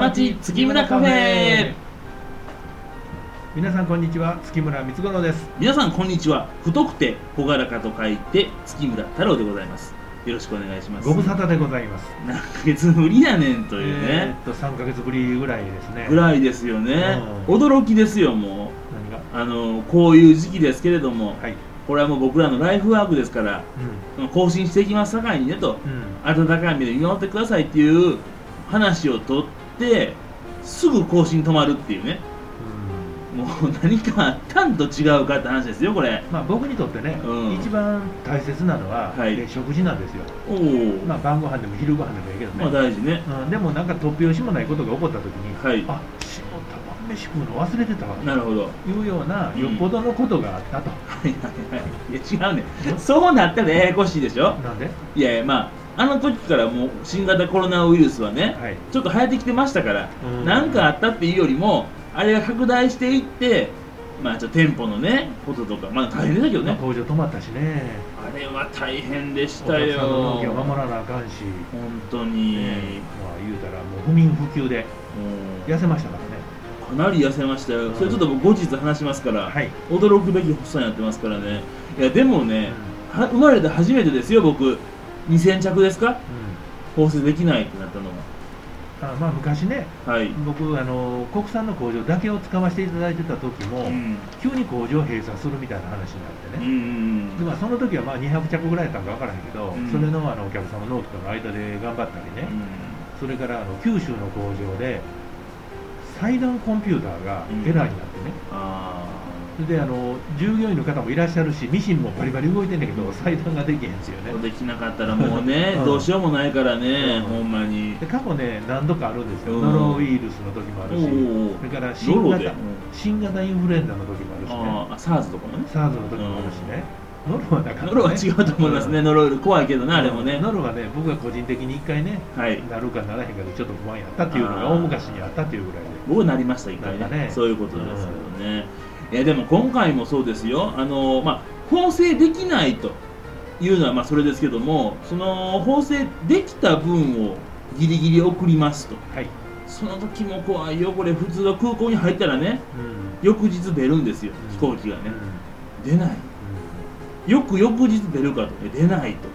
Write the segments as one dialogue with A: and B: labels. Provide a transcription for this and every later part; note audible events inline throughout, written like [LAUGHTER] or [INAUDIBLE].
A: 町月村カフェ
B: 皆さんこんにちは月村光五郎です
A: 皆さんこんにちは太くて朗らかと書いて月村太郎でございますよろしくお願いします
B: ご無沙汰でございます
A: 何ヶ月ぶりやねんという
B: えー
A: ね
B: っと3ヶ月ぶりぐらいですね
A: ぐらいですよね
B: うん
A: 驚きですよも
B: 何が
A: うあのこういう時期ですけれども
B: はい
A: これはもう僕らのライフワークですから更新していきますさかいにねと
B: うんうん
A: 温かい目で見守ってくださいっていう話をとってすぐ更新止まるっていうねもう何かあったんと違うかって話ですよこれ
B: まあ僕にとってね、
A: うん
B: 一番大切なのは、
A: はい
B: えー食事なんですよ
A: おお
B: まあ晩ご飯でも昼ご飯でもいいけどね、
A: まあ大事ね
B: うん、でもなんか突拍子もないことが起こった時に、
A: はい
B: あ仕事晩飯食うの忘れてたわ
A: なるほどは [LAUGHS]
B: いうような
A: うん
B: よっぽどのことがあったと、
A: いはいはいいや違うねそうなったらややこしいでしょ
B: なんで
A: いやいやまああの時からもう新型コロナウイルスはね、
B: はい
A: ちょっと流行ってきてましたから
B: うん
A: 何かあったっていうよりもあれが拡大していってまあちょっと店舗のねこととかまあ大変だけど
B: まあ
A: ね
B: 工場止まったしね
A: あれは大変でし
B: お客
A: たよ
B: さんの納期は守
A: 本
B: らなあかんし、
A: 当に、
B: ねまあ言うたらもう不眠不休で
A: もう
B: 痩せましたからね
A: かなり痩せましたよ、それちょっと僕後日話しますから、
B: はい
A: 驚くべき細さになってますからねいやでもね、は生まれて初めてですよ僕2000着ですか
B: う
A: 放水できないってなったの
B: んあまあ昔ね
A: がはい、
B: 僕あの国産の工場だけを使わせていただいてた時も、
A: うん
B: 急に工場閉鎖するみたいな話になって
A: うんう
B: ね、
A: ん
B: でまあ、その時はまあ200着ぐらいやったんか分からへんけど、
A: うん
B: それのあのお客様納期との間で頑張ったりね、
A: うん
B: それからあの九州の工場で裁断コンピューターがエラーになってね、
A: あ
B: それであの従業員の方もいらっしゃるしミシンもバリバリ動いてんだけど裁断ができへんですよ
A: あ
B: ね
A: できなかったらもうね、
B: うん
A: どうしようもないからね、
B: うん
A: ほんまに
B: で過去ね何度かあるんですよ、
A: うん
B: ノロウイルスの時もあるし、
A: おうおう
B: それから
A: ロ
B: 新
A: ロで、
B: 型新型インフルエンザの時もあるしね
A: あーあ SARS とかもね
B: SARS の時もあるしね、ノロはなかった、ね、
A: ノロは違うと思いますね、ノロより怖いけどな、あれもね、
B: ノロはね僕が個人的に一回ね
A: はい
B: なるかならへんかでちょっと不安やったっていうのが
A: あー
B: 大昔にあったっていうぐらいで
A: 僕なりました一回
B: な
A: ね
B: んかね
A: そういうことですけどね、いやでも今回もそうですよあのまあ縫製できないというのはまあそれですけどもその縫製できた分をギリギリ送りますと
B: はい、
A: その時も怖いよこれ普通は空港に入ったらね
B: うん
A: 翌日出るんですよ
B: うん
A: 飛行機がね
B: うんうん
A: 出ないよく翌日出るかとえ出ないと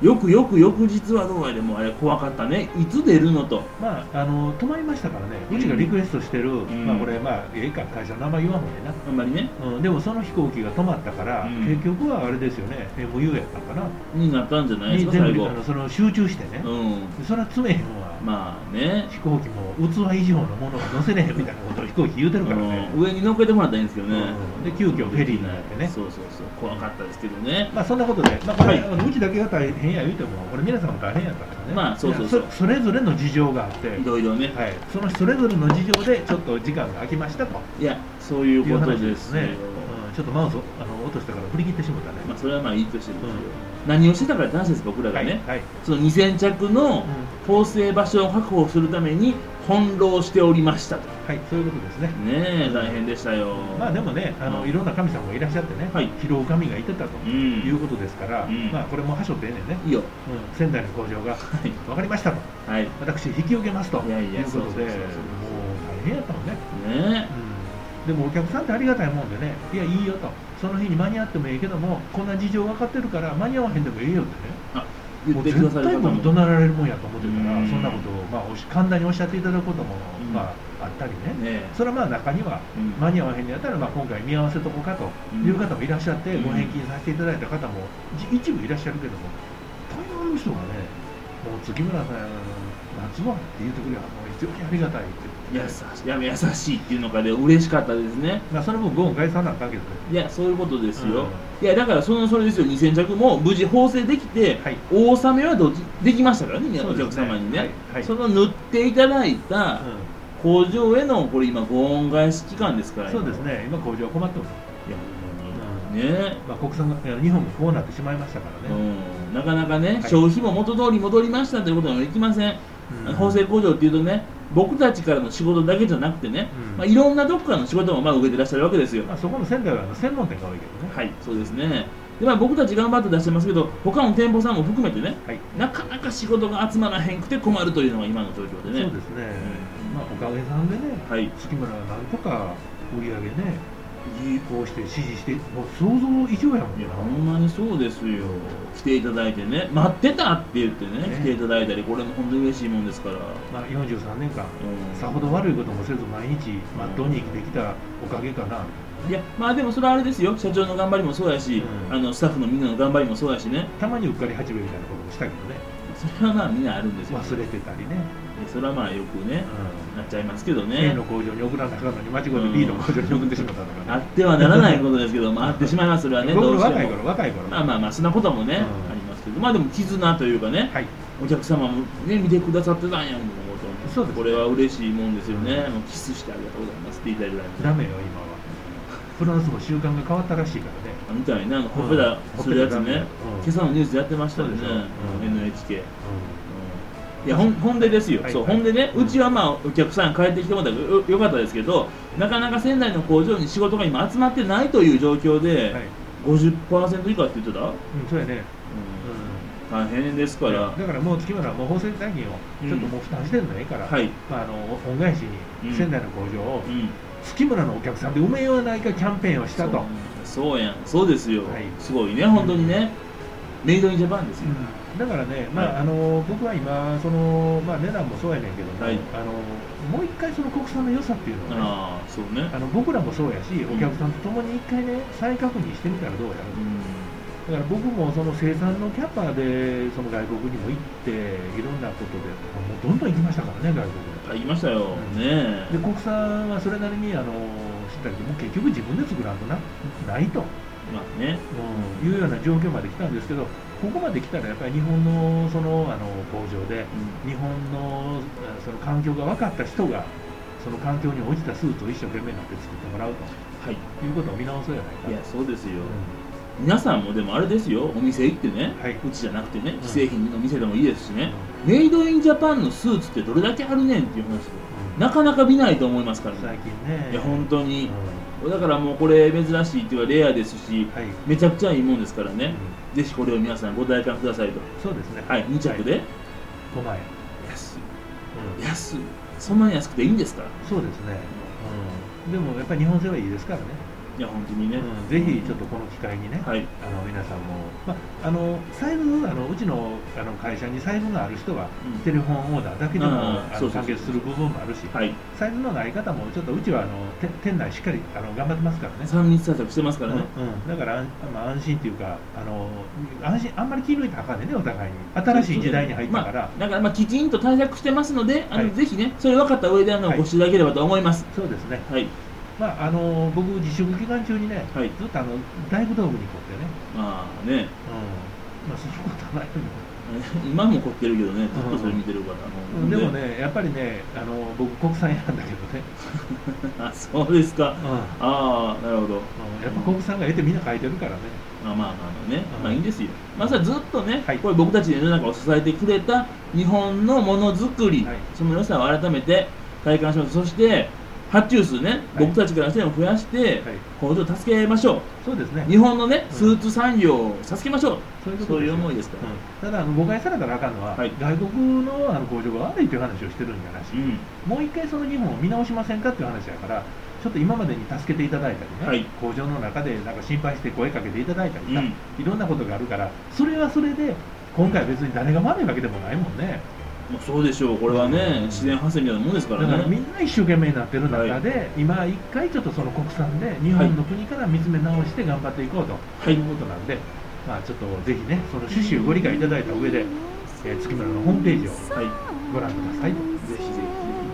A: よくよく翌日はどうやでもあれ怖かったねいつ出るのと
B: まああの泊まりましたからねうちがリクエストしてる、
A: ん
B: まあこれまあええか会社の名前言わんもんね
A: あんまりね
B: な、うん、でもその飛行機が止まったから、
A: うん
B: 結局はあれですよね MU やったんかな
A: になったんじゃない
B: に
A: ですか最
B: 全
A: 後
B: 部あのその集中してね、
A: うん
B: でそれは詰めへんわ、
A: まあね
B: 飛行機も器以上のものが乗せれへんみたいなことを飛行機言うてるからね、
A: うん上に乗っけてもらったらいいんですけどね、
B: うんで急遽フェリーになってね
A: そうそうそう怖かったですけどね
B: まあそんなことで、まあ、これ、
A: は
B: うちだけが大変や言うても、これ皆さんも大変やったからね。
A: まあそうそうそう
B: いやそそれぞれの事情があって、
A: いろいろね、
B: はい、そのそれぞれの事情で、ちょっと時間が空きましたと。
A: い、やそういう
B: いう
A: こと
B: 話
A: で
B: ですす
A: よ
B: ね。うん、ちょっとマウスを、あの、落としたから、振り切ってしまったね。
A: まあ、それはまあいいとしてですよ、
B: うん
A: 何をしてたかって話です僕らが
B: はい、
A: ね、
B: はい、
A: その2000着の
B: う
A: 縫製場所を確保するために翻弄しておりましたと
B: はい、そういうことですね。
A: ねえ大変でしたよ、
B: まあ、でもね、あの、
A: うん
B: いろんな神様がいらっしゃってね、
A: はい
B: 拾う神がいてたと
A: うん
B: いうことですから。
A: うん
B: まあ、これもはしょってええねんね。
A: いいよ
B: うん、仙台の工場が、
A: はい
B: わかりましたと、
A: はいね
B: 私引き受けますと、
A: いやいや
B: いうことで、
A: そうそうそう
B: もう
A: そう
B: 大変やったもんね。
A: え
B: でもお客さんってありがたいもんでね、いや、いいよと、その日に間に合ってもいいけども、こんな事情分かってるから、間に合わへんでもいいよってね、
A: あ
B: も
A: 言っ
B: う
A: てくだ
B: 絶
A: さる
B: 対
A: 方
B: も
A: も
B: う怒鳴られるもんやと思ってるから、
A: うん
B: そんなことを、まあおし、簡単におっしゃっていただくことも、
A: うん
B: まあ、あったりね、
A: ね
B: それはまあ中には、
A: うん
B: 間に合わへんのやったら、まあ、今回見合わせとこうかという方もいらっしゃって、
A: うん
B: ご返金させていただいた方もじ一部いらっしゃるけども、大半の人がね、もう月村さん、夏はって言ってくれば、もう非常にありがたいって
A: え
B: 言
A: 優
B: って。
A: しいや優しいっていうのかで嬉しかったですね
B: まあ、それもご恩返さなあかんけどね。
A: いやそういうことですよ、
B: う
A: いやだからそのそれですよ2000着も無事縫製できて、
B: はい
A: お納めはどっちできましたからね
B: そ
A: お
B: うで
A: 客
B: すね
A: 様にね、
B: はいはい
A: その塗っていただいた
B: う
A: 工場へのこれ今ご恩返し期間ですから
B: ん、そうですね、今、工場は困ってます、
A: いや本当にね
B: まあ、国産が、日本もこうなってしまいましたからね、
A: うん、なかなかね、
B: はい
A: 消費も元通り戻りましたということにはいきません、
B: うん
A: 縫製工場っていうとね僕たちからの仕事だけじゃなくてね、
B: うん
A: まあ、いろんなどこからの仕事もまあ受けてらっしゃるわけですよ
B: まあ、そこの仙台はあの専門店が多いけどね、
A: はい、そうですね。で、まあ、僕たち頑張って出してますけど、他の店舗さんも含めてね、
B: はい
A: なかなか仕事が集まらへんくて困るというのが今の状況でね。
B: そうですね、
A: うま
B: おかげさんでね
A: あ、はい、い
B: 月村はなんとか売り上げね
A: い
B: こうして支持してもう想像以上やもん
A: いや
B: な
A: ほんまにそうですよ来ていただいてね待ってたって言ってね
B: ね
A: 来ていただいたりこれも本当に嬉しいもんですから、
B: まあ、43年間
A: うん
B: さほど悪いこともせず毎日まっとうに生きてきたおかげかな、
A: いやまあでもそれはあれですよ社長の頑張りもそうやし、
B: うん
A: あのスタッフのみんなの頑張りもそうやしね
B: たまにうっかり始めみたいなこともしたけどね
A: それはまあみんなあるんですよ、
B: 忘れてたりね、
A: でそれはまあよくね
B: う
A: なっちゃいますけど
B: ん A
A: ね
B: の工場に送らなあかんのに間違えて B の工場に送ってしまったとか
A: あっ
B: ね、
A: てはならないことですけどまああってしまいますそれはね
B: 僕
A: どう
B: の
A: して
B: 若い
A: も
B: 頃若い頃、
A: まあまあまあそんなこともね、
B: うん
A: ありますけどまあでも絆というかね
B: はい
A: お客様もね見てくださってたんやもんこのこと
B: そうです
A: これは嬉しいもんですよね、もうキスしてありがとうございますって言いたいぐらいの
B: ダメよ今はフランスも習慣が変わったらしいからね
A: みたいなほっぺたするやつね、
B: うん
A: 今朝のニュースでやってましたよね
B: そうでしょうん
A: NHK
B: う
A: いやほんほんでですよ、
B: はい
A: そう
B: はい
A: ほんでね、うちはまあお客さん帰ってきてもらったからよよかったですけど、なかなか仙台の工場に仕事が今集まってないという状況で、
B: んはい、
A: 50%以下って言ってた、
B: うん、そうやね、
A: 大変です
B: う
A: か
B: ん、
A: ら、
B: だからもう月村はもう法制大金をちょっともう負担してるのええから、
A: はい、
B: まあ、あの恩返し
A: うん
B: に仙台の工場を
A: うん、
B: 月村のお客さんで埋めようやないかキャンペーンをしたと、
A: そうそうやん、そうですよ、
B: はい
A: すごいね、本当にね、メイドインジャパンですよ、
B: うんだからね、ま
A: はい
B: ああの僕は今その、まあ、値段もそうやねんけども、
A: はい
B: あのもう一回その国産の良さっていうのを、ね、
A: ああ、そうね、
B: あの僕らもそうやし
A: ん
B: お客さんと共に一回ね再確認してみたらどうやろだ
A: う
B: から僕もその生産のキャパでその外国にも行っていろんなことでもうどんどん行きましたからね外国
A: ん、あ言いましたよ、
B: うん
A: ね
B: で国産はそれなりにあの知ったけどもう結局自分で作らんとなないと、
A: まあね、
B: いうような状況まで来たんですけどここまで来たらやっぱり日本のそのあの工場で日本のあその環境が分かった人がその環境に応じたスーツを一生懸命になって作ってもらうと
A: はい、
B: いうことを見直そうやないか
A: いや、そうですよ、
B: う
A: 皆さんもでもあれですよ、お店行ってね、
B: んはいう
A: ちじゃなくてね
B: ん、
A: 既製品の店でもいいですしね、
B: う
A: メイドインジャパンのスーツってどれだけあるねんっていう話で、
B: ん
A: なかなか見ないと思いますからね、
B: 最近ね
A: いや、本当
B: 当
A: に
B: うん、
A: だからもうこれ、珍しいっていうか、レアですし、
B: はい、
A: めちゃくちゃいいもんですから
B: う
A: ね
B: ん、
A: ぜひこれを皆さんご体感くださいと。
B: そうですね
A: はい、2着で、
B: 5万円、
A: 安
B: うん
A: い、安い、そんなに安くていいんですから、
B: そうですね、うん、でもやっぱり日本製はいいですからね、
A: いや、本当にね、
B: うん、ぜひちょっとこの機会にね、
A: はい、
B: あの皆さんも、まあ、あの財布あのうちのあの会社に財布がある人は、
A: うん
B: テレフォンオーダーだけでも
A: あー
B: あ
A: そう
B: の
A: そう
B: 完結する部分もあるし、
A: はい、
B: 財布のない方も、ちょっとうちはあのて店内しっかりあの頑張ってますからね。
A: 3密対策してますからね、
B: うんうん、だから、あんまあ、安心っていうかあの安心あんまり気抜いたらあかんねんねお互いに新しい時代に入ったから、
A: まあ、だからまあきちんと対策してますので、あの
B: はい
A: ぜひね、それ分かった上であの
B: はい
A: ご指導いただければと思います。
B: そうですね、
A: はい、
B: まあ、あの僕自粛期間中にね、
A: はい
B: ずっとあの大工道具に凝ってね、
A: まあね、 [LAUGHS]
B: うん、まあそんなことはないけど
A: 今も凝ってるけどね、ずっとそれ見てるから、
B: うんで
A: ほ
B: も
A: んで、
B: ねやっぱりねあの僕国産なんだけどね、
A: あそうですか、
B: うんうん
A: ああ、なるほど、
B: やっぱ国産が得てみんな書いてるからね
A: まあまあまあまあね、
B: うん
A: まあいいんですよ、まあ、それはずっとね、
B: はい
A: これ、僕たちの世の中を支えてくれた日本のものづくり、
B: はい
A: その良さを改めて体感しましょう、そして発注数ね、
B: はい
A: 僕たちからしても増やして、
B: はい
A: 工場を助けましょ
B: そうです
A: う、
B: ね
A: 日本のね、
B: うん
A: スーツ産業を助けましょう、
B: そういうこと
A: そう
B: ですよ
A: いう思いですから。
B: うんただあの誤解されたらあかんのは、
A: はい
B: 外国のあの工場が悪いという話をしてるんじゃないし、
A: うん
B: もう一回その日本を見直しませんかっていう話やからちょっと今までに助けていただいたりね、
A: はい
B: 工場の中でなんか心配して声かけていただいたり
A: うん
B: さ、いろんなことがあるからそれはそれで今回別に誰が悪いわけでもないもんね
A: まあ、そうでしょう、これはね
B: う、ん
A: 自然発生みたいなもんですか
B: だ
A: ら
B: からみん
A: ね。
B: な一生懸命になってる中で、今一回ちょっとその国産で日本の国から見つめ直して頑張っていこうと、
A: はい
B: い、うことなんで、まあ、ちょっとぜひねその趣旨をご理解いただいた上で、えー月村のホームページを
A: はい、
B: ご覧くださいと。
A: ぜひぜひ、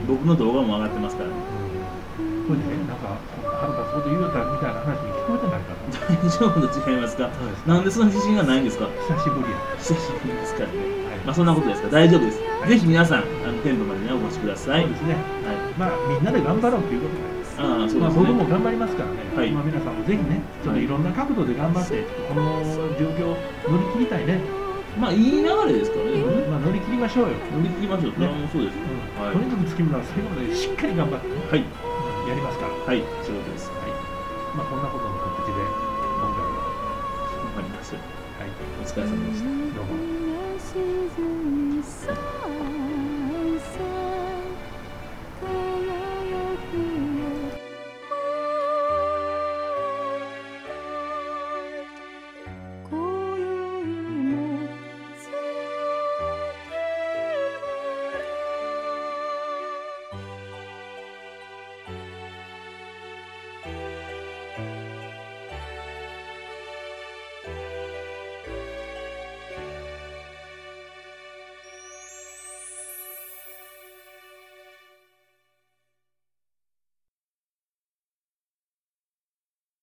A: 僕の動画も上がってますからね。
B: これね、なんか、はるかそうと言うたみたいな話に聞こえてないかな。
A: 大丈夫と違いますかなんでその自信がないんですか [LAUGHS]
B: 久しぶりや。
A: 久しぶりですからね。
B: はい
A: まあそんなことですから大丈夫です。
B: い
A: ぜひ皆さん、あの店舗までね、お越しください。
B: そうで。
A: はい
B: すね。まあ、みんなで頑張ろうっていうことで、
A: ああ、そう
B: ま
A: ですね。
B: あ、僕も頑張りますからね。
A: はい
B: まあ、皆さんもぜひね、ちょっといろんな角度で頑張って、この状況を乗り切りたいね。
A: まあ、いい流れですからね。
B: まあ、乗り切りましょうよ。
A: 乗り切りましょう。それはもうそうですよ
B: うん。
A: は
B: と
A: い
B: にかく月村は最後までしっかり頑張って、
A: はい。
B: やりますから。
A: はい。仕事です。はい。
B: まあ、こんなことの告知で、今回は、
A: 頑張りましょう。
B: はい、
A: お疲れ様でした。
B: どうも。
C: どうも。